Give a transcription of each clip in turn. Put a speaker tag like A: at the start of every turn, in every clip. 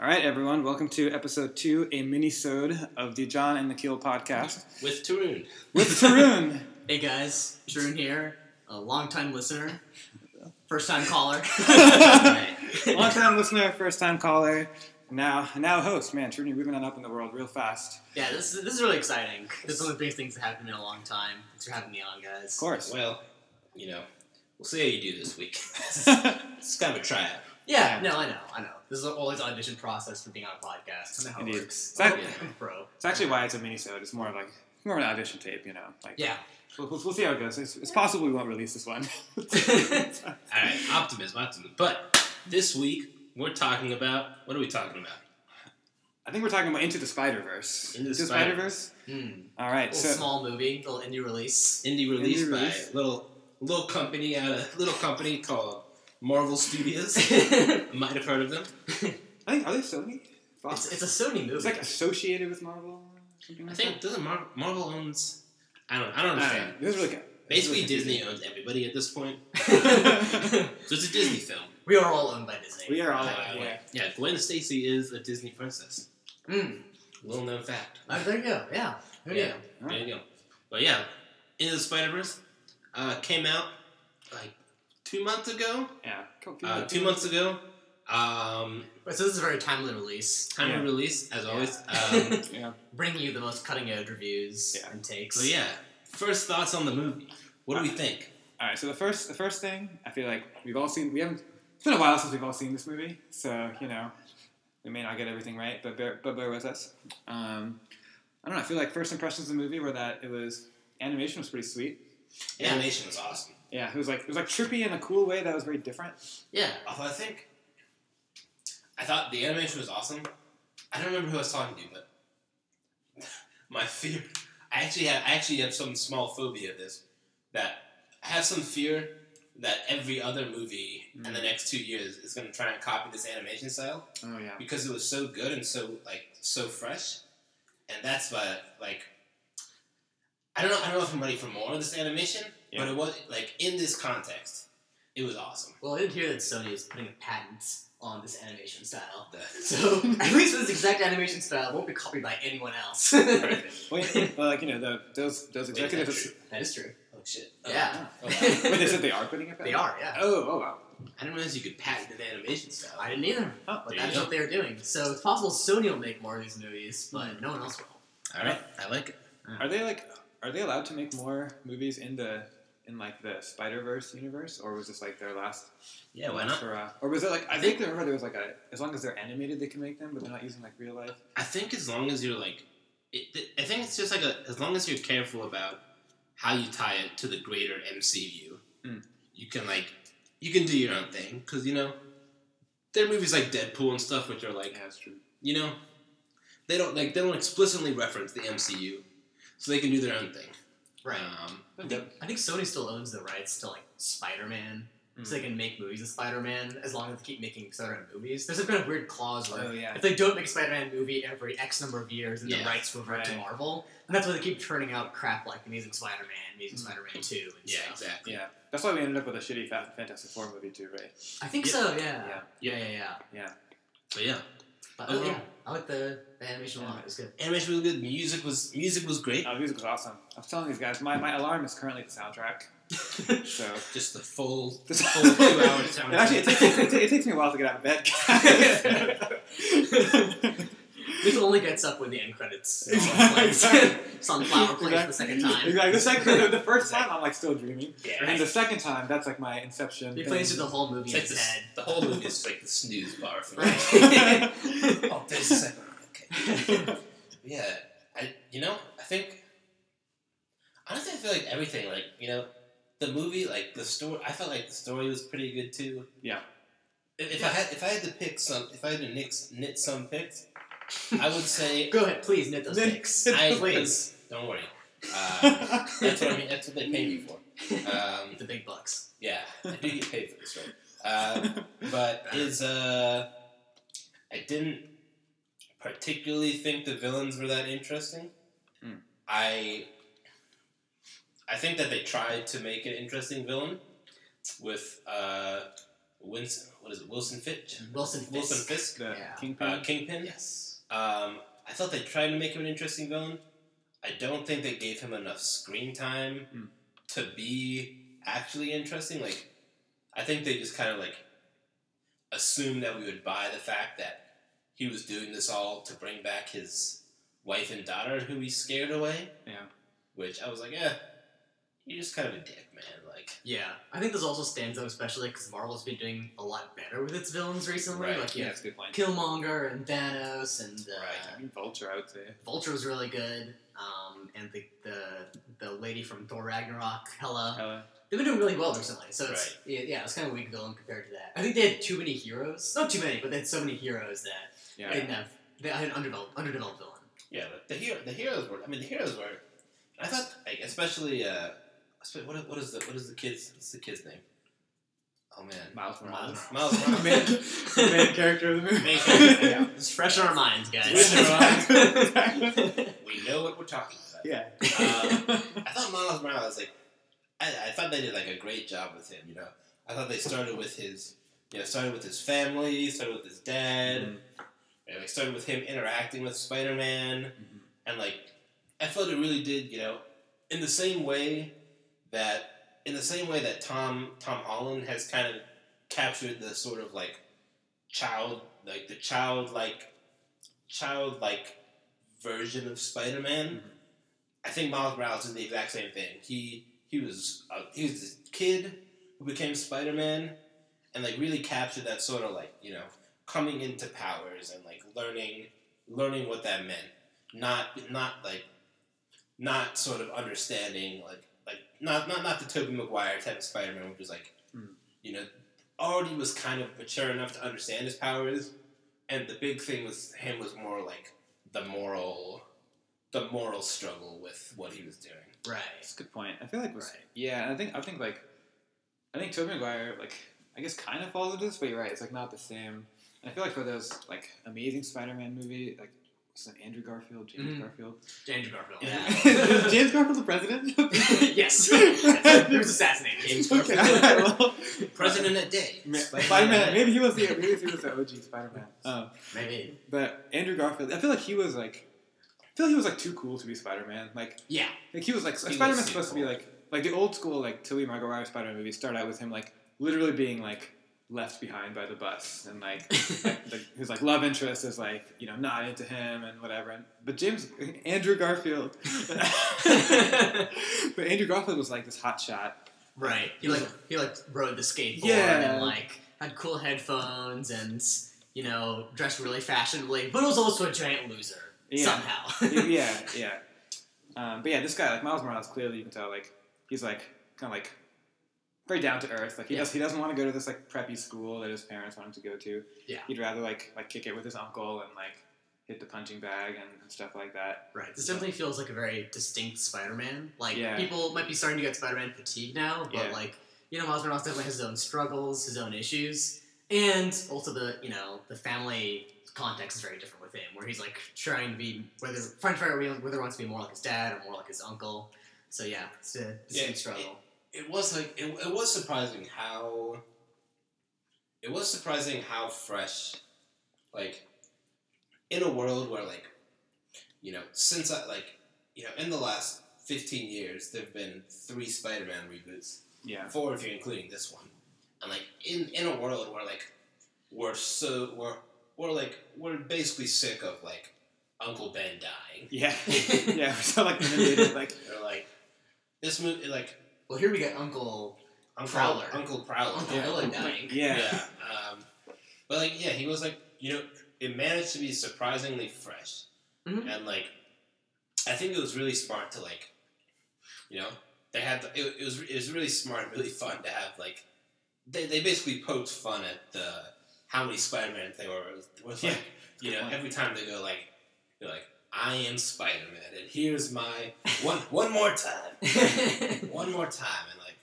A: All right, everyone, welcome to episode two, a mini-sode of the John and the Keel podcast
B: With Tarun.
A: with Tarun.
C: Hey guys, Drew here, a longtime listener, first time caller.
A: Long-time listener, first-time caller, now now host. Man, Tarun, you're moving on up in the world real fast.
C: yeah, this is, this is really exciting. This is one of the biggest things that happened in a long time. Thanks for having me on, guys.
A: Of course.
B: Well, you know, we'll see how you do this week.
A: Indeed.
B: It's kind of a tryout.
C: Yeah, no, I know, I know. This is always an audition process for being on a podcast. I know how it works. Oh,
A: It's, act-
C: I'm a pro.
A: it's actually why it's a mini-sode. It's more of like it's more of an audition tape, you know. Like
C: Yeah.
A: we'll, we'll, we'll see how it goes. It's, it's possible we won't release this one.
B: All right, optimism, optimism. But this week, we're talking about what are we talking about?
A: I think we're talking about Into the Spider Verse.
B: Into the
A: Spider Verse.
C: Hmm.
A: All right,
C: Little
A: so
C: small movie, little indie release.
B: Indie released by
A: release.
B: a little little company out of little company called Marvel Studios.
C: it's,
B: Might have heard of them.
A: I think are they Sony? Fox?
C: it's a Sony movie.
A: It's like associated with Marvel. or Something
B: I
A: like
B: think doesn't Mar- Marvel owns? I don't. I don't
A: That? I
B: understand.
A: don't know. This is really good.
B: Basically, Disney owns everybody at this point, so it's a Disney film.
C: we are all owned by Disney.
A: we are all
B: Uh,
A: Oh, yeah.
B: Yeah, Gwen Stacy is a Disney princess.
C: Hmm.
B: Little known fact.
C: Oh, there you go. Yeah. Who
B: Yeah.
C: knew?
B: There you go. But yeah, Into the Spider Verse uh, came out like two months ago.
A: Yeah. Cool.
B: Uh, two months ago. Um,
C: Wait, So this is a very timely release.
B: time
A: Yeah.
B: of release, as
C: Yeah.
B: always. Um,
A: Yeah.
C: bringing you the most cutting edge reviews
A: Yeah.
C: and takes.
B: so yeah, first thoughts on the movie. What do we think?
A: All right. So the first, the first thing I feel like we've all seen. We haven't. It's been a while since we've all seen this movie, so you know we may not get everything right, but bear, but bear with us. Um, I don't know. I feel like first impressions of the movie were that it was animation was pretty sweet.
C: Yeah.
B: Animation was awesome.
A: Yeah, it was like it was like trippy in a cool way that was very different.
C: Yeah.
B: Although I think I thought the animation was awesome. I don't remember who I was talking to, but my fear. I actually have. I actually have some small phobia of this. That I have some fear that every other movie in the
A: Mm.
B: next two years is going to try and copy this animation style
A: Oh yeah.
B: because it was so good and so like so fresh, and that's why like. I don't know. I don't know if I'm ready for more of this animation, but
A: Yeah.
B: it was like in this context, it was awesome.
C: Well, I did hear that Sony is putting a patent on this animation style.
B: The-
C: So at least this exact animation style won't be copied by anyone else. that
B: Perfect.
A: Well, yeah, well, like you know, the, those those
B: Wait, is that
A: executives.
B: true?
C: is true.
B: Oh shit.
C: Yeah.
B: Oh, wow.
A: Wait, they said they are putting it back.
C: They are, yeah.
A: Oh, oh wow.
B: I didn't realize you could patent an animation style.
C: I didn't either,
A: Oh,
C: but
B: There
C: that's
B: you
C: what they're doing. So it's possible Sony will make more of these movies, but no one else will.
B: All right, I like it.
A: Are they like? Are they allowed to make more movies in the in like the Spider Verse universe, or was this like their last?
B: Yeah, why not?
A: For, uh, or was it like? I think I remember there was like a. As long as they're animated, they can make them, but they're not using like real life.
B: I think as long as you're like, it, th- I think it's just like a, as long as you're careful about how you tie it to the greater MCU,
A: Mm.
B: you can like you can do your own thing because you know there are movies like Deadpool and stuff which are like
A: that's true.
B: you know they don't like they don't explicitly reference the MCU, so they can do their own thing. Um,
C: I think, I think Sony still owns the rights to like Spider-Man, so they can make movies of Spider-Man as long as they keep making Spider-Man movies. There's a kind of weird clause where
A: Oh yeah.
C: If they don't make a Spider-Man movie every X number of years, then
B: Yeah.
C: the rights revert to
A: Right.
C: Marvel, and that's why they keep turning out crap like Amazing Spider-Man, Amazing
A: Mm.
C: Spider-Man Two, and
B: yeah,
C: stuff.
B: exactly.
A: Yeah. That's why we ended up with a shitty Fa- Fantastic Four movie too, right?
C: I think
B: Yeah.
C: so. Yeah.
A: Yeah.
C: Yeah. Yeah. Yeah.
B: But yeah,
C: But
B: Overall.
C: oh, yeah, I like the, the animation a lot. It's good.
B: animation was good. Music was music was great.
A: Oh, the music was awesome. I'm telling these guys, my, my alarm is currently the soundtrack. So
B: Just the full
A: The
B: full two hour soundtrack.
A: It actually, it takes, it, takes, it takes me a while to get out of bed.
C: This only gets up when the end credits.
A: Exactly.
C: Sunflower plays the second time.
A: Exactly. The second, the, the first time, I'm like still dreaming,
B: Yeah.
A: and the second time, that's like my inception.
C: He
A: thing.
C: plays through the whole movie
B: It's
C: in
B: like
C: his
B: the,
C: head.
B: the whole movie is like the snooze bar for me.
C: Right.
B: oh, there's a second. one, Okay. Yeah, I you know I think honestly I feel like everything like you know the movie like the story I felt like the story was pretty good too.
A: Yeah.
B: If, if I had if I had to pick some if I had to nix, knit some picks, I would say
C: Go ahead, please knit those
A: Knit-
C: picks.
A: knit
B: I
C: please.
B: don't worry. Um, that's what I mean. That's what they pay me for. Um,
C: The big bucks.
B: yeah, I do get paid for this, right? Um, but is uh I didn't particularly think the villains were that interesting.
A: Mm.
B: I I think that they tried to make an interesting villain with uh Winston, what is it? Wilson Fitch,
C: Wilson Fisk.
B: Wilson Fisk,
A: The
C: Yeah.
A: Kingpin.
B: uh, Kingpin.
C: Yes.
B: Um, I thought they tried to make him an interesting villain. I don't think they gave him enough screen time
A: Mm.
B: to be actually interesting. Like, I think they just kind of like assumed that we would buy the fact that he was doing this all to bring back his wife and daughter who he scared away.
A: Yeah.
B: Which I was like, eh, you're just kind of a dick, man. Like,
C: Yeah, I think this also stands out especially because Marvel's been doing a lot better with its villains recently.
B: Right,
C: Like you
A: yeah,
C: have
A: that's a good point.
C: Killmonger and Thanos, and uh,
B: Right.
A: I mean, Vulture, I would say.
C: Vulture was really good. Um, and the, the the lady from Thor Ragnarok, Hela,
A: Hella.
C: they've been doing really well recently. So it's yeah, yeah, it's kind of a weak villain compared to that. I think they had too many heroes. Not too many, but they had so many heroes that
A: Yeah.
C: they didn't have. They had an underdeveloped underdeveloped villain.
B: Yeah, but the hero, the heroes were. I mean, the heroes were. I thought, like, especially, uh, espe- what, what is the what is the kid's what's the kid's name? Oh man,
A: Miles Morales.
B: Miles
A: The main,
B: Morales.
A: the main character of the movie.
B: Main character,
A: yeah.
C: It's fresh in our minds,
B: Fresh in our
C: guys.
B: minds.
A: Exactly.
B: we know what we're talking about.
A: yeah.
B: Um,
C: Uh,
B: I thought Miles Morales, like, I, I thought they did like a great job with him. You know, I thought they started with his, you know, started with his family, started with his dad, and like started with him interacting with Spider Man,
A: Mhm.
B: and like I felt it really did, you know, in the same way that in the same way that Tom Tom Holland has kind of captured the sort of like child like the child like child like version of Spider Man.
A: Mhm.
B: I think Miles Morales did the exact same thing. He he was uh, he was this kid who became Spider Man, and like really captured that sort of like you know coming into powers and like learning learning what that meant. Not not like not sort of understanding like like not not not the Tobey Maguire type of Spider Man, which was like
A: Mm.
B: you know already was kind of mature enough to understand his powers, and the big thing with him was more like the moral the moral struggle with what he was doing.
C: right.
A: That's a good point. I feel like was
C: Right.
A: yeah. and I think I think like I think Tobey Maguire like I guess kind of falls into this, but you're right. It's like not the same. And I feel like for those like amazing Spider-Man movie like. Was it Andrew Garfield? James
C: Mhm.
A: Garfield?
C: Andrew Garfield.
A: Is
C: Yeah.
A: James Garfield the president?
C: yes. He was assassinated.
B: James
A: okay.
B: Garfield.
A: well,
B: President at day.
A: Ma-
B: Spider-Man. Oh.
A: Spider-Man. Maybe he was the maybe he was the OG Spider-Man. Um,
C: Maybe.
A: but Andrew Garfield, I feel like he was like, I feel like he was like too cool to be Spider-Man. Like
C: Yeah.
A: Like he was like
B: He was
A: Spider Man's
B: super
A: supposed to be
B: cool.
A: like like the old school like Tobey Maguire Spider Man movies start out with him like literally being like left behind by the bus and like like his like love interest is like you know not into him and whatever. And, but James Andrew Garfield, but Andrew Garfield was like this hot shot.
C: Right. He like he like rode the skateboard
A: Yeah.
C: and like had cool headphones and you know dressed really fashionably, but was also a giant loser
A: Yeah.
C: somehow.
A: yeah, yeah. Um, but yeah, this guy like Miles Morales clearly you can tell like he's like kind of like very down to earth. Like he
C: Yeah.
A: does he doesn't want to go to this like preppy school that his parents want him to go to.
C: Yeah.
A: he'd rather like like kick it with his uncle and like hit the punching bag and, and stuff like that.
C: Right. This definitely feels like a very distinct Spider-Man. Like
A: Yeah.
C: people might be starting to get Spider-Man fatigue now, but
A: Yeah.
C: like you know, Miles Morales definitely has his own struggles, his own issues, and also the you know the family context is very different with him, where he's like trying to be whether trying to figure out whether he wants to be more like his dad or more like his uncle. So yeah, it's a distinct
B: Yeah,
C: struggle.
B: it was like it, it was surprising how it was surprising how fresh like in a world where like you know since i like you know in the last 15 years there have been three spider-man reboots
A: Yeah,
B: four if you're including this one and like in in a world where like we're so we're we're like we're basically sick of like uncle ben dying
A: yeah, yeah. So like inundated, like
B: or like this movie like
C: well, here we get Uncle
B: uncle
C: Prowler.
B: uncle prowler
C: Uncle
A: Yeah.
C: Billy dying.
A: yeah,
B: Um, but like, yeah, he was like, you know, it managed to be surprisingly fresh,
C: Mhm.
B: and like, I think it was really smart to like, you know, they had the, it, it was it was really smart, and really fun to have like, they, they basically poked fun at the how many Spider Man they were was like,
A: Yeah.
B: you
A: Good
B: know,
A: point.
B: every time they go like, they're like, I am Spider Man, and here's my one one more time one more time and like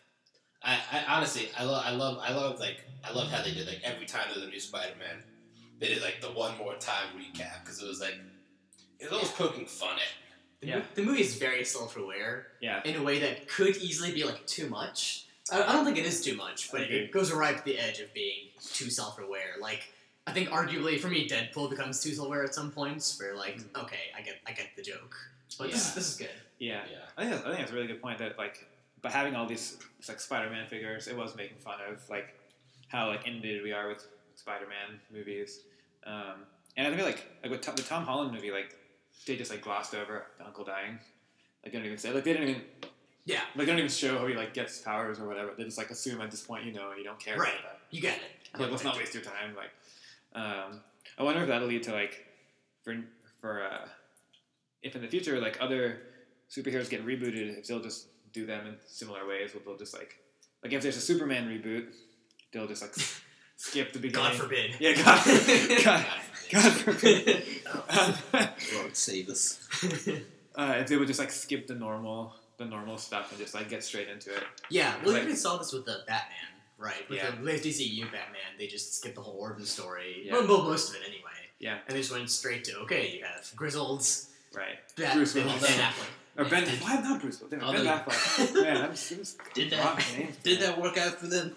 B: I, I honestly I love I love I love like I love how they did like every time there's a new Spider-Man they did like the one more time recap because it was like it was almost poking fun at
C: The,
A: Yeah.
C: mo- the movie is very self-aware
A: yeah.
C: in a way that could easily be like too much. I, I don't think it is too much, but
A: Okay.
C: it goes right at the edge of being too self-aware. Like I think arguably for me, Deadpool becomes too self-aware at some points. Where like, okay, I get I get the joke, but this is
B: Yeah.
C: this is good.
A: Mm. Yeah,
B: Yeah.
A: I think that's, I think that's a really good point that like by having all these like Spider-Man figures, it was making fun of like how like inundated we are with Spider-Man movies, um, and I think like like with Tom, the Tom Holland movie, like they just like glossed over the uncle dying. Like they don't even say like they didn't even
C: Yeah,
A: like they don't even show how he like gets his powers or whatever. They just like assume at this point you know you don't care
C: Right.
A: about that.
C: you get it.
A: Like let's not waste your time. Like um, I wonder if that'll lead to like for for uh, if in the future like other superheroes get rebooted, if they'll just do them in similar ways, where they'll just like like if there's a Superman reboot, they'll just like s- skip the beginning.
C: God forbid.
A: Yeah, God, God, God forbid. Um,
D: Lord save us.
A: uh, if they would just like skip the normal the normal stuff and just like get straight into it.
C: yeah, well,
A: Like-
C: you even saw this with the Batman, right? With
A: Yeah.
C: the latest DCU Batman, they just skipped the whole origin story.
A: Yeah.
C: Well, mo- most of it anyway.
A: Yeah.
C: and they just went straight to okay, you have Grizzled,
A: Right.
C: Bat,
A: Bruce
C: Ben,
A: Wayne.
C: Ben
A: Or Ben, why not Bruce? Damn it, Ben
D: Although-
A: Affleck. Man, I'm just,
D: Did that? Did that work out for them?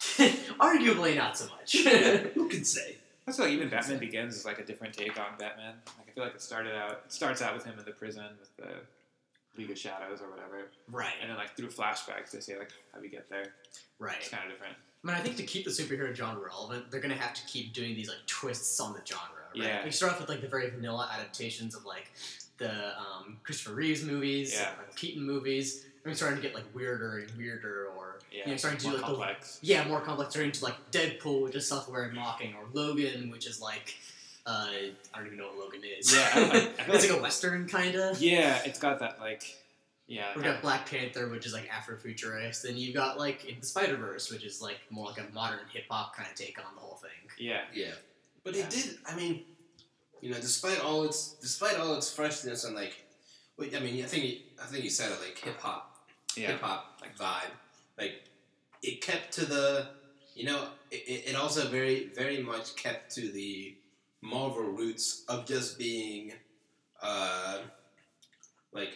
C: Affleck. Arguably, not so much.
D: Who can say?
A: I feel like even Batman Begins is like a different take on Batman. Like I feel like it started out it starts out with him in the prison with the League of Shadows or whatever,
C: right,
A: and then like through flashbacks they say like how we get there. It's
C: right.
A: kind of different.
C: I mean, I think to keep the superhero genre relevant, they're gonna have to keep doing these like twists on the genre. Right?
A: Yeah.
C: We start off with like the very vanilla adaptations of like the um, Christopher Reeves movies,
A: Yeah.
C: and, Michael Keaton movies, and we're starting to get like weirder and weirder, or
A: Yeah,
C: Yeah, starting to
A: more
C: do, like, the-
A: complex.
C: yeah, more complex, turning to like Deadpool, which is self-aware mocking, or Logan, which is like uh, I don't even know what Logan is.
A: Yeah, I- I feel
C: it's
A: like-
C: like a western kind of.
A: yeah, it's got that like yeah.
C: We've got Black Panther, which is like Afrofuturist. Then you've got like Into the Spider Verse, which is like more like a modern hip hop kind of take on the whole thing.
A: yeah,
B: Yeah, but
A: Yeah.
B: it did. I mean, you know, despite all its despite all its freshness and like, wait, I mean, I think you- I think you said it like hip hop,
A: yeah,
B: hip hop like vibe, like it kept to the, you know, it- it, it also very very much kept to the Marvel roots of just being, uh, like,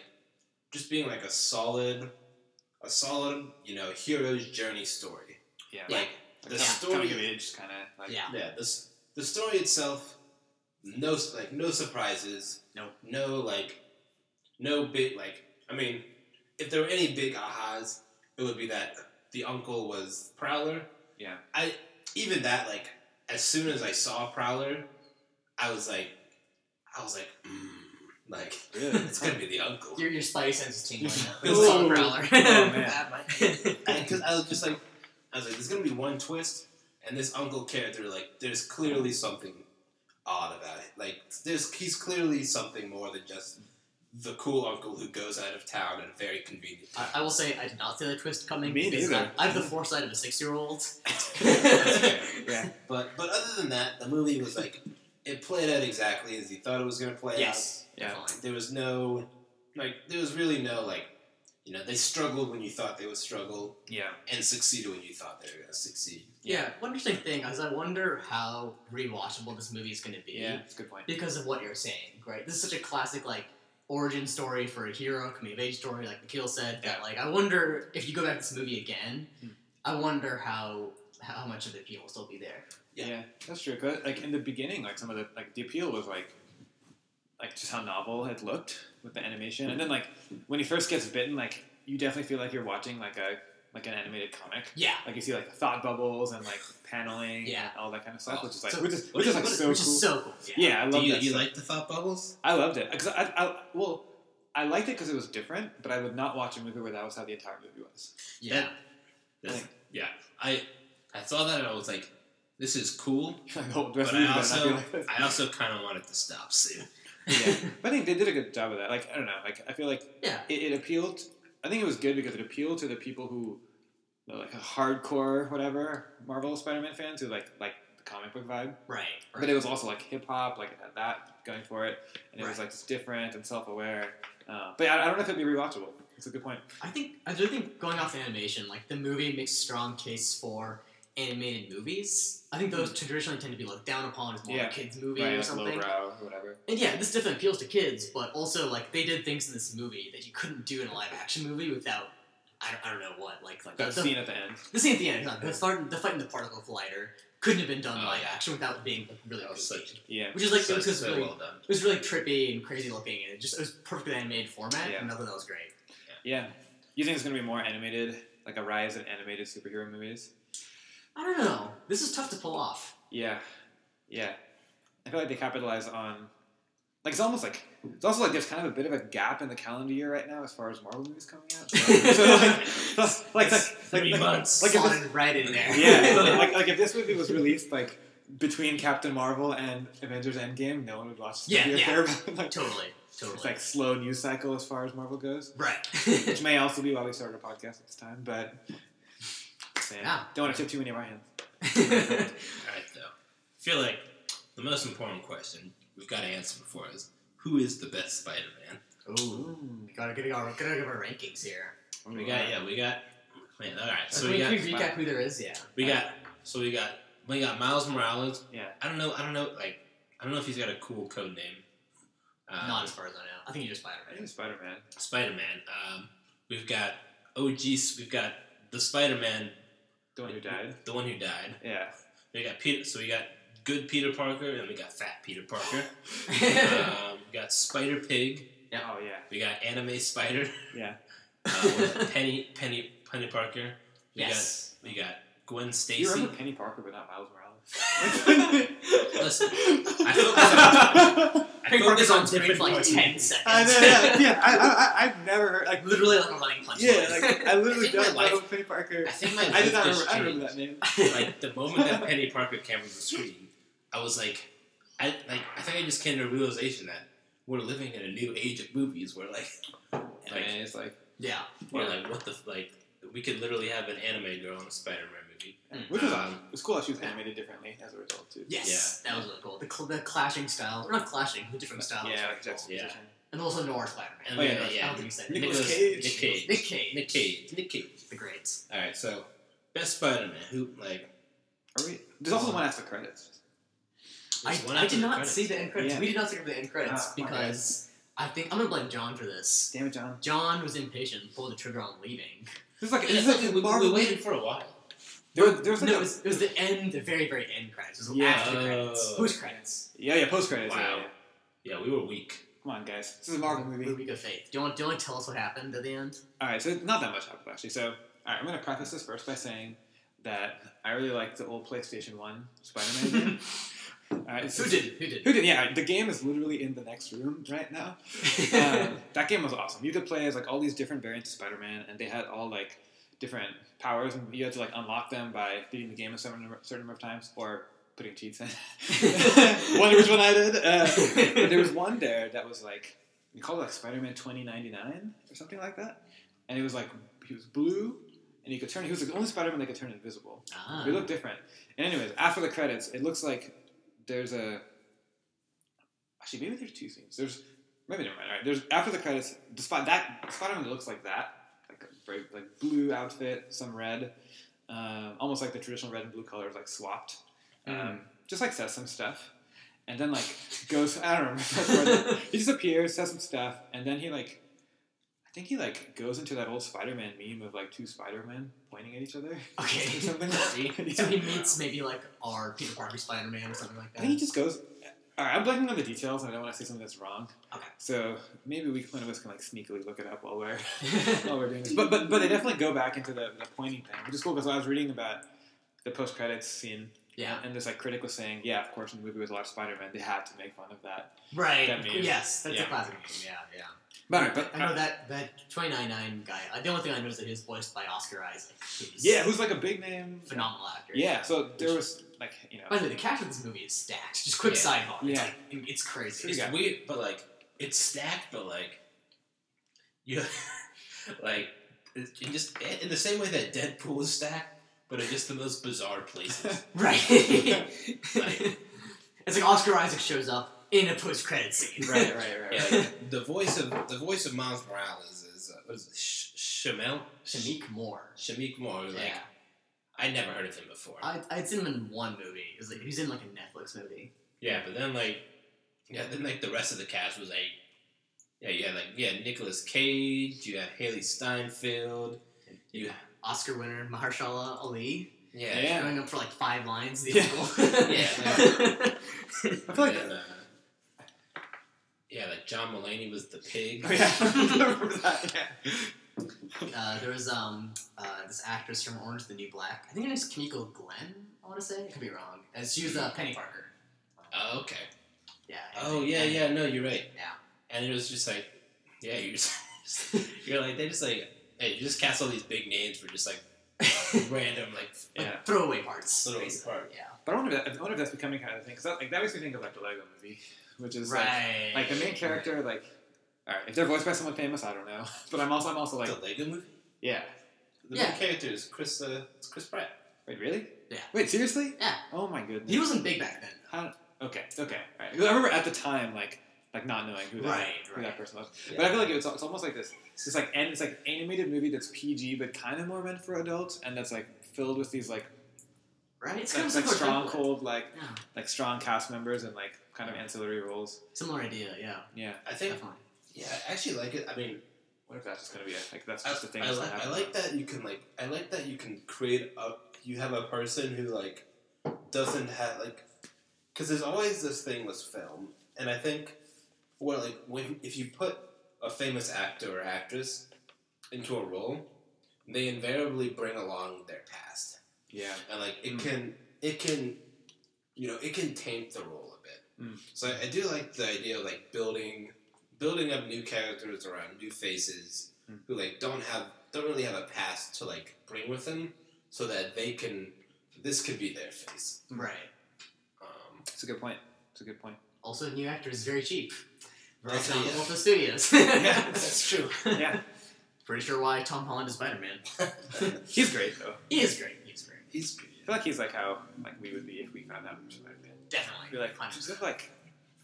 B: just being like a solid, a solid you know hero's journey story,
A: yeah.
C: Yeah.
B: like. The
A: Like, com-
B: story
A: coming of age kind of like
C: yeah,
B: yeah, this the story itself, no like no surprises.
C: Nope.
B: No like, no big like. I mean, if there were any big ahas, it would be that the uncle was Prowler.
A: Yeah.
B: I even that like as soon as I saw Prowler, I was like, I was like, mm, like
A: really.
B: it's gonna be the uncle.
C: your your spidey sense is tingling. now.
B: Ooh.
C: It's all growler.
A: Oh, man.
D: That might
B: Because I was just like, I was like, there's gonna be one twist, and this uncle character, like, there's clearly something odd about it. Like, there's he's clearly something more than just the cool uncle who goes out of town at a very convenient
C: I,
B: time.
C: I will say I did not see the twist coming.
A: Me
C: because I-
A: neither.
C: I have the foresight of a six-year-old.
B: That's fair.
A: Yeah.
B: But but other than that, the movie was like, it played out exactly as he thought it was gonna play
C: yes,
A: Yeah.
B: out. There was no, like, there was really no like, you know, they struggled when you thought they would struggle,
A: yeah,
B: and succeeded when you thought they were gonna succeed.
C: Yeah, one interesting thing is I wonder how rewatchable this movie is going to be.
A: yeah. It's a good point.
C: because of what you're saying, right? This is such a classic like origin story for a hero, coming of age story, like Nikhil said. That like I wonder if you go back to this movie again,
A: Hmm.
C: I wonder how how much of the appeal will still be there.
A: Yeah.
B: Yeah.
A: that's true. 'Cause, like in the beginning, like some of the like the appeal was like like just how novel it looked with the animation, and then like when he first gets bitten, like you definitely feel like you're watching like a like an animated comic.
C: Yeah.
A: Like you see like the thought bubbles and like paneling,
C: Yeah.
A: and all that kind of stuff, which is like
C: So-
A: which is which is like
B: what-
A: so
C: Which
A: cool.
C: is so cool.
A: yeah. I love
B: Do you,
A: that.
B: you
A: stuff.
B: like the thought bubbles?
A: I loved it because I, I well I liked it because it was different, but I would not watch a movie where that was how the entire movie was.
C: Yeah.
B: That's- yeah, I I saw that and I was like, this is cool,
A: like, oh, the rest
B: but
A: of the movie better not
B: I
A: be
B: also
A: like this.
B: I also kind of want it to stop soon.
A: yeah, but I think they did a good job of that. Like I don't know, like I feel like
C: Yeah.
A: it, it appealed. I think it was good because it appealed to the people who, you know, like hardcore whatever Marvel Spider-Man fans who like like the comic book vibe.
C: Right.
A: But it was also like hip hop, like it had that going for it, and it was like just different and self-aware. Uh, but I, I don't know if it'd be rewatchable. It's a good point.
C: I think I do think going off the animation, like the movie makes strong case for animated movies. I think those traditionally tend to be looked down upon as more
A: Hmm. Yeah.
C: like a kids movie
A: right,
C: or
A: like
C: something.
A: lowbrow or whatever.
C: And yeah, this definitely appeals to kids, but also like they did things in this movie that you couldn't do in a live action movie without I don't, I don't know what like like
A: That
C: the,
A: scene at the end.
C: The, the scene at the end, no, the, fight, the fight in the particle collider couldn't have been done
B: Oh,
C: live
B: yeah.
C: action without it being like, really
B: That was
C: goofy.
B: such-
A: Yeah.
C: which is like it
B: so,
C: was just
B: so
C: really,
B: well done.
C: it was really trippy and crazy looking, and it just it was perfectly animated format,
A: Yeah.
C: and I thought that was great.
A: Yeah. You think there's going to be more animated, like a rise of animated superhero movies?
C: I don't know. This is tough to pull off.
A: Yeah. Yeah. I feel like they capitalize on. Like, it's almost like. It's also like there's kind of a bit of a gap in the calendar year right now as far as Marvel movies coming out. So, so, like, like, like,
D: Three
A: like,
D: months.
A: Like, if this-
C: Slotted right in there.
A: yeah, like, like if this movie was released like between Captain Marvel and Avengers Endgame, no one would watch. This
C: Yeah,
A: movie
C: yeah.
A: or care about- like,
C: totally, totally.
A: It's like slow news cycle as far as Marvel goes,
C: right.
A: which may also be why we started a podcast at this time. But man,
C: Yeah.
A: don't want to tip too many of our hands.
B: All right, though. I feel like the most important question we've got to answer before is who is the best Spider-Man?
C: Ooh, gotta get our gotta give our rankings here.
B: We got yeah, we got. Man, all right, so
C: we,
B: we got
C: we recap who there is, yeah.
B: we got so we got we got Miles Morales.
A: Yeah.
B: I don't know. I don't know. Like I don't know if he's got a cool code name. Um,
C: Not as far as I know. I think you just Spider Man.
A: Spider Man.
B: Spider-Man. Um, we've got OG. We've got the Spider-Man,
A: The one who died.
B: the one who died.
A: Yeah.
B: We got Peter, so we got good Peter Parker, and we got fat Peter Parker. um, we got Spider Pig.
C: Yeah.
A: Oh yeah.
B: We got anime Spider.
A: Yeah.
B: Uh, what was it? Penny, Penny, Penny Parker. We
C: yes.
B: got we got Gwen
A: You
B: Stacy.
A: remember Penny Parker, but not Miles Morales.
B: Listen, I I
C: Harry Parker's
B: focus on
C: on screen
B: different
C: for like
B: points.
C: 10 seconds.
A: I know. Yeah. yeah I, I, I, I've never heard like.
C: Literally like a running punch.
A: Yeah, like I literally
B: I think my
A: don't know
B: life-
A: Penny Parker.
B: I think my
A: I did
B: life
A: not
B: has
A: remember, I don't remember
B: changed.
A: that name.
B: like the moment that Penny Parker came on the screen, I was like, I like I think I just came to a realization that we're living in a new age of movies where like Like-
A: and it's like,
C: yeah.
B: where like what the f- like we could literally have an anime girl in a Spider-Man movie.
C: Mm.
A: which was awesome.
B: Um,
A: It was cool that she was animated differently as a result too.
C: Yes. That was really cool. The, cl- the clashing style. Or not clashing, the different styles.
A: yeah,
C: were cool.
A: exactly.
B: Yeah.
C: And also Noir Spider Man.
B: And
A: yeah,
C: I
B: Oh, yeah.
C: don't think you said
A: Nicolas
C: Nicolas-
A: Cage.
B: Nick Cage.
C: Nick Cage.
B: Nick Cage. Nick Cage.
C: The greats.
B: All right, so best Spider-Man. Who like?
A: Are we, there's also the one after the credits.
C: I,
B: there's one
C: I
B: after
C: did
B: the
C: not
B: credits.
C: see the end credits.
A: Yeah.
C: We did not see the end credits
A: Ah, my bad.
C: because I think I'm gonna blame John for this.
A: Damn it, John.
C: John was impatient and pulled the trigger on leaving.
A: This is like,
B: Yeah,
A: this is
B: we,
A: like
B: we-
A: Marvel.
B: we waited for a while.
A: There, was- there was like
C: No,
A: a-
C: it was, it was the end, the very, very end credits. It was
A: Yeah.
C: after the credits.
B: Oh.
C: Whose credits?
A: yeah, yeah, post credits.
B: Wow. Mm-hmm.
A: Yeah, yeah.
B: Yeah, we were weak.
A: Come on, guys. This is a Marvel movie.
C: Movie of Faith. Do you, want, do you want to tell us what happened at the end?
A: All right, so not that much happened actually. So, all right, I'm going to preface this first by saying that I really liked the old PlayStation One Spider-Man game. all right, it's-
C: Who did? Who did?
A: Who did? Yeah, the game is literally in the next room right now. um, that game was awesome. You could play as like all these different variants of Spider-Man, and they had all like different powers, and you had to like unlock them by beating the game a certain number, certain number of times or putting cheats in. Wonder which one I did. Uh, but there was one there that was like you called it like Spider-Man 2099 or something like that, and it was like he was blue, and he could turn. He was the only Spider-Man that could turn invisible.
C: Ah.
A: We look different. And anyways, after the credits, it looks like there's a. Actually, maybe there's two scenes. There's maybe never mind. All right, there's after the credits. Despite that, Spider-Man looks like that, like a very like blue outfit, some red, um, almost like the traditional red and blue colors, like swapped. Um, just like says some stuff, and then like goes. I don't remember. he just appears, says some stuff, and then he like. I think he like goes into that old Spider-Man meme of like two Spider-Men pointing at each other or
C: Okay.
A: something.
C: so he meets maybe like our Peter Parker Spider Man or something like
A: I think he
C: that.
A: just goes. All right, I'm blanking on the details, and I don't want to say something that's wrong.
C: Okay.
A: So maybe we one of us can like sneakily look it up while we're while we're doing this. But but but they definitely go back into the, the pointing thing, which is cool because I was reading about the post credits scene,
C: yeah.
A: and this like critic was saying, yeah, of course, in the movie with a lot of Spider Man, they had to make fun of that.
C: Right.
A: That meme.
C: Yes, that's
A: Yeah.
C: a classic. meme, Yeah, yeah.
A: But all right, but uh,
C: I know that that 299 guy. uh, The only thing I know is that he was voiced by Oscar Isaac. who's
A: yeah, who's like a big name?
C: a phenomenal actor.
A: Yeah, so there was like you
C: By
A: know,
C: the way, the cast of this movie is stacked. Just quick
B: Yeah.
C: sidebar. It's,
A: Yeah.
C: like, it's crazy.
B: It's
A: Yeah.
B: weird, but like it's stacked, but like you like it it just eh, in the same way that Deadpool is stacked, but in just the most bizarre places.
C: Right.
B: Like-
C: it's like Oscar Isaac shows up in a post credit scene.
A: right, right, right,
B: yeah,
A: right.
B: like, the voice of the voice of Miles Morales is uh, what is it, Sh- Shamel
C: Shamik Moore.
B: Shamik Moore. Like
C: yeah.
B: I'd never heard of him before.
C: I, I'd seen him in one movie. It was like, he was in like a Netflix movie.
B: yeah, but then like yeah, then like the rest of the cast was like yeah, you had like yeah Nicolas Cage, you had Haley Steinfeld, You-
C: Oscar winner Mahershala Ali
B: Yeah.
A: Yeah.
C: showing up for like five lines. The
A: Yeah.
C: uncle.
B: Yeah.
A: I feel like
B: And, uh, yeah, like John Mulaney was the pig.
A: Oh, yeah. I remember that, yeah.
C: uh, there was um uh, this actress from Orange is the New Black. I think her name's Kimiko Glenn. I want to say. I could be wrong. And she was uh, Penny Parker.
B: Oh, okay.
C: Yeah.
B: Oh yeah,
C: and-
B: yeah. No, you're right.
C: Yeah.
B: And it was just like, yeah, you just you're like they just like hey, you just cast all these big names for just like random like
C: Like,
A: Yeah.
C: Throwaway parts.
B: Throwaway
C: basically,
B: part.
C: Yeah.
A: But I wonder if, that, I wonder if that's becoming kind of a thing. Because that, like, that makes me think of like the Lego movie, which is like,
C: right.
A: like the main character, like, all right, if they're voiced by someone famous, I don't know. But I'm also, I'm also like,
B: the Lego movie.
A: yeah.
B: The
C: Yeah.
B: main character is Chris. Uh, it's Chris Pratt.
A: Wait, really?
C: Yeah.
A: Wait, seriously?
C: Yeah.
A: Oh my goodness.
C: He wasn't big back then.
A: okay, okay. All right. 'Cause I remember at the time, like, like not knowing who that,
C: Right,
A: who that
C: right.
A: person was.
B: Yeah.
A: But I feel like it's, it's almost like this. It's just like and it's like animated movie that's PG, but kind of more meant for adults, and that's like filled with these like
C: Right. It's kind
A: like,
C: of
A: like strong,
C: similar template.
A: cold, like
C: Yeah.
A: like strong cast members and like kind of ancillary roles.
C: Similar idea. Yeah.
A: Yeah.
B: I think.
C: Definitely.
B: Yeah, I actually like it. I mean,
A: What if that's just gonna be a, like that's
B: I,
A: just a thing
B: I,
A: that's
B: like,
A: gonna
B: I
A: happen?
B: like that you can like. I like that you can create a. You have a person who like doesn't have like, because there's always this thing with film, and I think, well, like when if you put a famous actor or actress into a role, they invariably bring along their past,
A: Yeah.
B: and like it
A: Mm.
B: can it can, you know, it can taint the role a bit.
A: Mm.
B: So I, I do like the idea of like building building up new characters around new faces
A: Mm.
B: who like don't have don't really have a past to like bring with them so that they can this could be their face
C: Right.
B: um,
A: It's a good point. It's a good point.
C: Also, new actor is very cheap. Very
B: Also, yeah.
C: yeah. studios.
A: Yeah.
B: that's true
A: Yeah.
C: Pretty sure why Tom Holland is Spider Man.
A: He's great though.
C: He is great. He's great.
B: he's
A: I feel like he's like how like we would be if we found out from somebody.
C: Definitely.
A: Be like, I'm
C: 100%.
A: just gonna like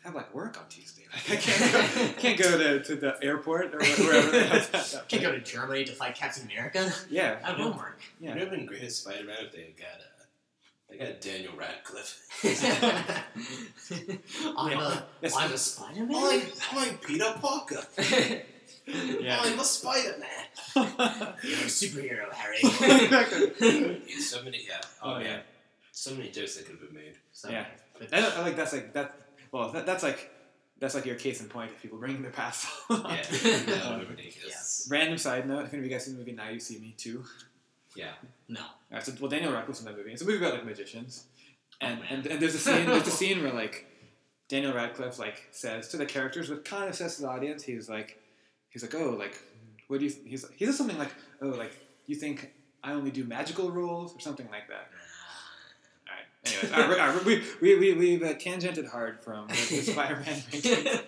A: have like work on Tuesday. Like I can't go, can't go to, to the airport or wherever they have that. that
C: Can't go to Germany to fight Captain America.
A: Yeah.
C: That
A: yeah.
C: won't work.
A: Yeah.
B: it would have been great if Spider-Man if they got uh, they got Daniel Radcliffe
C: I'm
A: Yeah.
C: a,
A: That's-
C: I'm a Spider Man.
B: I'm like, I'm like oh, Peter Parker Oh,
A: Yeah.
B: I'm a Spider-Man
C: You're a superhero, Harry.
A: Exactly.
B: Yeah, so many yeah
A: Oh, yeah.
B: man. so many jokes that could have been made
C: so,
A: Yeah.
C: but-
A: I, don't- I like that's like that. Well, that, that's like that's like your case in point if people bring their past.
B: yeah that would have been ridiculous
C: yes.
A: Random side note: If any of you guys seen the movie Now You See Me Too,
B: yeah
C: No.
A: All right, so, well, Daniel Radcliffe's in that movie. It's a movie about like magicians, and
C: Oh, man.
A: and, and there's a scene. There's a scene where like Daniel Radcliffe like says to the characters, but kind of says to the audience, he's like, he's like, oh, like, what do you? He's he says something like, oh, like you think I only do magical roles or something like that. All right. Anyways, all right, all right, we we we we've uh, tangented hard from the, the Spider-Man ranking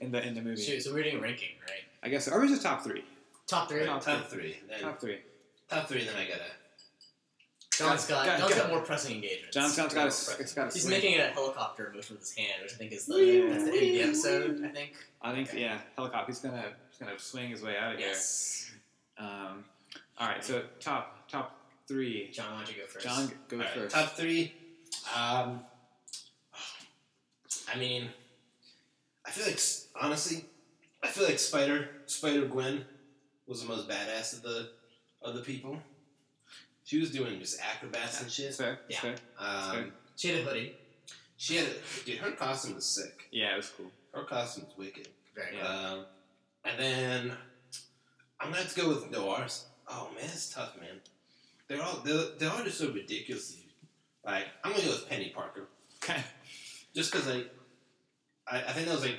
A: in the in the movie.
C: Shoot, so we're doing ranking, right?
A: I guess or was it top three?
C: Top three.
A: Top
B: top three then
A: Top three.
B: top three then I gotta
C: John's got
A: Guys,
C: John's
A: guys.
C: got more pressing engagements.
A: John Scott's got a,
B: Right.
A: it's got a
C: He's
A: swing.
C: making a helicopter motion with his hand, which I think is the,
A: Wee,
C: that's the end of the
A: wee,
C: episode. I think.
A: I think
C: Okay.
A: yeah, helicopter. He's gonna he's gonna swing his way out of here.
C: Yes.
A: Um, all right, so top top three.
C: John, why don't you go first?
A: John, go
B: All right,
A: first.
B: Top three. Um, I mean, I feel like s- honestly, I feel like Spider Spider Gwen was the most badass of the of the people. She was doing just acrobats and
A: That's
B: shit.
A: fair.
C: Yeah.
A: That's fair.
B: Um,
C: She had a hoodie.
B: she had dude. Her costume was sick.
A: Yeah, it was cool.
B: Her costume was wicked.
C: Very
A: Yeah.
B: Um, and then I'm gonna have to go with Noirs. Oh man, it's tough, man. They're all they're, they're all just so ridiculously like. I'm gonna go with Penny Parker
A: Okay.
B: just because like I, I think that was like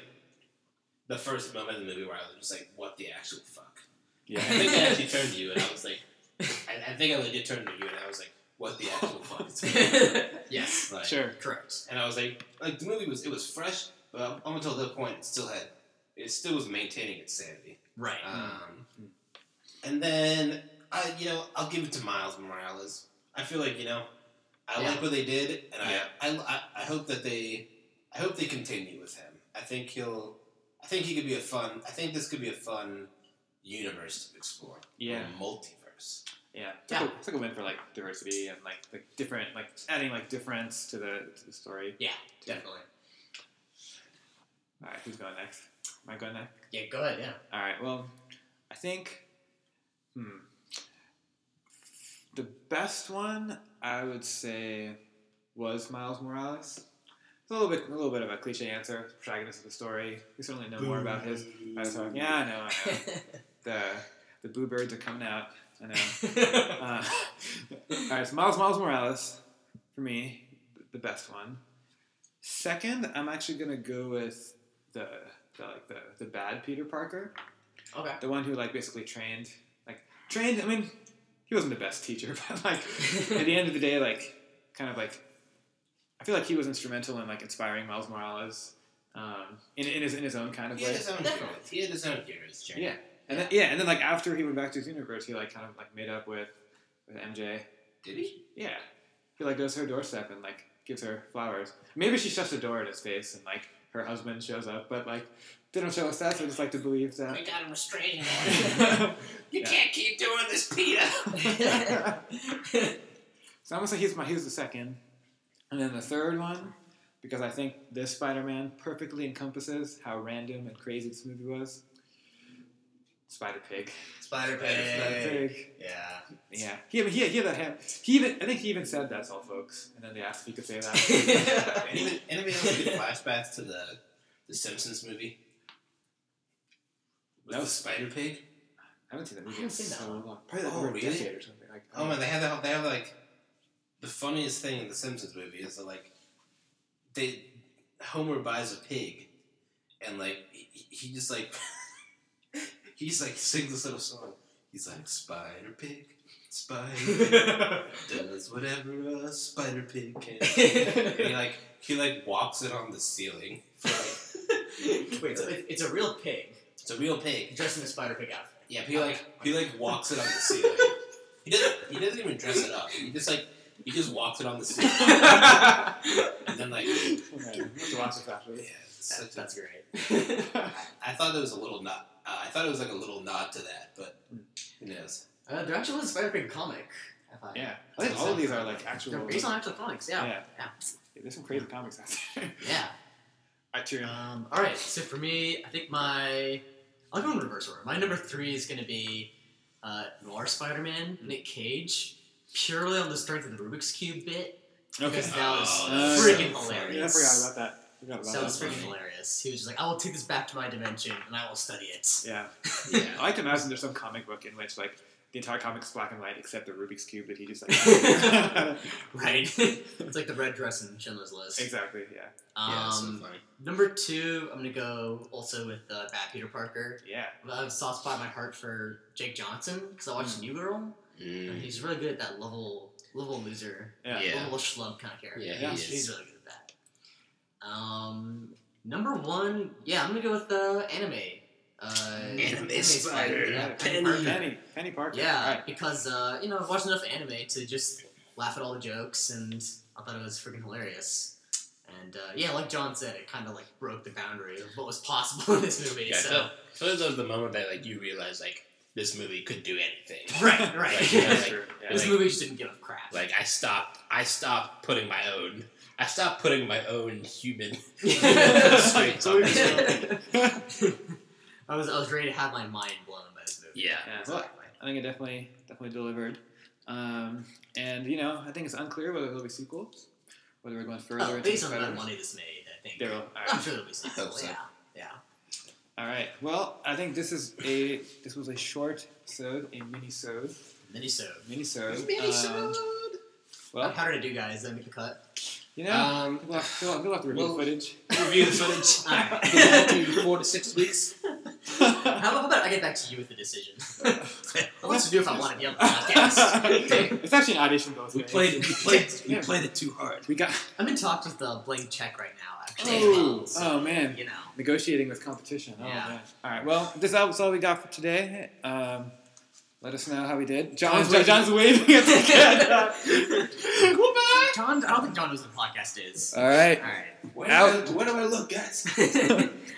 B: the first moment in the movie where I was just like, "What the actual fuck?"
A: Yeah.
B: I think I actually turned to you and I was like, I, I think I legit turned to you and I was like, "What the actual fuck?" is going on?"
C: good. yes.
B: Like,
A: sure.
C: Correct.
B: and I was like, like the movie was it was fresh, but up until that point, it still had it still was maintaining its sanity.
C: Right.
B: Um,
A: Mm.
B: and then I, you know, I'll give it to Miles Morales. I feel like you know, I
C: Yeah.
B: like what they did, and
C: Yeah.
B: I, I, I hope that they, I hope they continue with him. I think he'll, I think he could be a fun. I think this could be a fun universe to explore.
A: Yeah.
B: Or multiverse.
A: Yeah. It's,
C: Yeah.
A: Like a, it's like a win for like diversity and like the different like adding like difference to the, to the story.
C: Definitely.
A: All right, who's going next? Am I going next?
C: Yeah. Go ahead. Yeah.
A: All right. Well, I think. Hmm. best one I would say was Miles Morales. It's a little bit, a little bit of a cliche answer. Protagonist of the story. We certainly know more about his. I was talking, yeah, I know, I know. the the bluebirds are coming out. I know. Uh, all right, so Miles Miles Morales for me, the best one. Second, I'm actually gonna go with the, the like the, the bad Peter Parker,
C: okay.
A: the one who like basically trained, like trained. I mean, he wasn't the best teacher, but like at the end of the day, like kind of like I feel like he was instrumental in like inspiring Miles Morales um, in, in his in his own kind of
B: He
A: way.
B: had his own
C: Definitely.
B: heroes. He had his own heroes. Jerry.
A: Yeah, and then, yeah, and then like after he went back to his universe, he like kind of like made up with with MJ.
B: Did he?
A: Yeah, he like goes to her doorstep and like gives her flowers. Maybe she shuts the door in his face and like her husband shows up, but like they don't show us that, so I just like to believe
B: We
A: that.
B: got him restraining
A: You Yeah.
B: can't keep doing this, Peter.
A: so I'm gonna say he's my he's the second, and then the third one because I think this Spider-Man perfectly encompasses how random and crazy this movie was. Spider Pig. Spider
C: Spider Pig.
A: Pig.
C: Yeah.
A: Yeah, he he he had that hand. He even I think he even said that's all, folks. And then they asked if he could say that.
B: anybody, anybody else get flashbacks to the the Simpsons movie? With
A: No.
B: the Spider Pig.
A: I haven't seen that
C: I
A: movie. in
C: haven't seen that
A: so
C: one.
A: long. Probably like
B: Oh,
A: over a
B: really?
A: decade or something. Like,
B: Oh man, they have that. They have like the funniest thing in the Simpsons movie is that like they Homer buys a pig, and like he, he just like he just like sings this little song. He's like Spider Pig, Spider Pig does whatever a Spider Pig can. and he like he like walks it on the ceiling. For, like,
C: Wait, so it- it's a real pig
B: it's a real pig.
C: dressed in a Spider Pig outfit.
B: Yeah, he like he like walks it on the ceiling. He doesn't he doesn't even dress it up. He just like he just walks it on the ceiling. and then like yeah,
A: Okay, we'll have to watch this after.
B: it's
C: That-
B: such a-
C: that's great.
B: I thought that was a little nod. Uh, I thought it was like a little nod to that, but who knows?
C: Uh, there actually was a Spider Pig comic. I thought.
A: Yeah, I think all of these are like actual.
C: They're based on actual comics. Yeah.
A: yeah. there's some crazy comics out there.
C: Yeah.
A: Criterion.
C: Um, all right. So for me, I think my I'll go in reverse order. My number three is going to be uh, Noir Spider-Man,
A: Mm-hmm.
C: Nick Cage, purely on the strength of the Rubik's cube bit.
A: Okay.
C: Because that was
B: Oh, that's
C: freaking
B: so funny.
A: Yeah, I forgot
C: hilarious.
A: about that. Forgot about
C: That was
A: that.
C: freaking hilarious. He was just like, "I will take this back to my dimension and I will study it."
A: Yeah,
B: Yeah.
A: I like to imagine there's some comic book in which like the entire comic's black and white except the Rubik's cube that he just like.
C: Right. it's like the red dress in Schindler's List.
A: exactly. Yeah.
C: Um,
B: Yeah, it's so funny.
C: Number two, I'm gonna go also with uh, Bat Peter Parker.
A: Yeah.
C: I have a soft spot in my heart for Jake Johnson because I
B: Mm.
C: watched New Girl. And he's really good at that level, level loser,
A: Yeah.
B: Yeah.
C: level schlub kind of character.
B: Yeah,
A: he
C: he's,
B: is.
C: he's really good at that. Um, number one, yeah, I'm gonna go with the anime. Uh,
B: Anime Spider,
C: yeah, Penny
A: Penny.
C: Parker.
A: Penny. Penny Parker.
C: Yeah,
A: Right.
C: because uh, you know I've watched enough anime to just laugh at all the jokes, and I thought it was freaking hilarious. And uh, yeah, like John said, it kind of like broke the boundary of what was possible in this movie.
B: Yeah, I
C: so
B: felt, I felt that was the moment that like you realized like this movie could do anything.
C: right,
B: Like,
C: right.
B: you know,
A: That's
B: like-
A: true. Yeah.
C: this
B: like-
C: movie just didn't give a crap.
B: Like I stopped. I stopped putting my own. I stopped putting my own human constraints on this. movie.
C: I was I was ready to have my mind blown by this movie.
B: Yeah.
A: Yeah, well,
C: Exactly.
A: I think it definitely definitely delivered. Um, and you know, I think it's unclear whether there'll be sequels, whether we're going further.
C: Oh,
A: into
C: based
A: the
C: on the amount of
A: Spider-Verse.
C: money this made, I think.
A: There will. All
C: I'm
A: right.
C: sure there'll be some.
B: hope so.
C: Yeah.
A: All right. Well, I think this is a this was a short sode, a mini sode,
C: Minisode.
A: mini sode.
C: Well,
A: well,
C: how did I do, guys? Did I make the cut?
A: you know,
D: Um,
A: we'll, have- we'll, have- we'll have to review
D: Well-
A: the footage.
D: review the footage.
C: All right.
D: Go back to four to six weeks.
C: How about, how about I get back to you with the decision? I'll let you do if I want to be on the podcast.
A: it's actually an audition both
D: We
A: ways.
D: played it. We played. We played it too hard.
A: We got.
C: I'm in talks with uh, Blank Check right now, actually. as
A: Oh,
C: well, so,
A: oh man.
C: You know.
A: negotiating with competition. Oh,
C: Yeah.
A: man. All right. Well, this is all we got for today. Um, let us know how we did. John's,
C: John's waving.
A: John's waving at the camera. Goodbye.
C: John, I don't think John knows what the podcast is.
A: All right.
C: All right.
D: Where,
A: Out.
D: do I- where do I look, guys?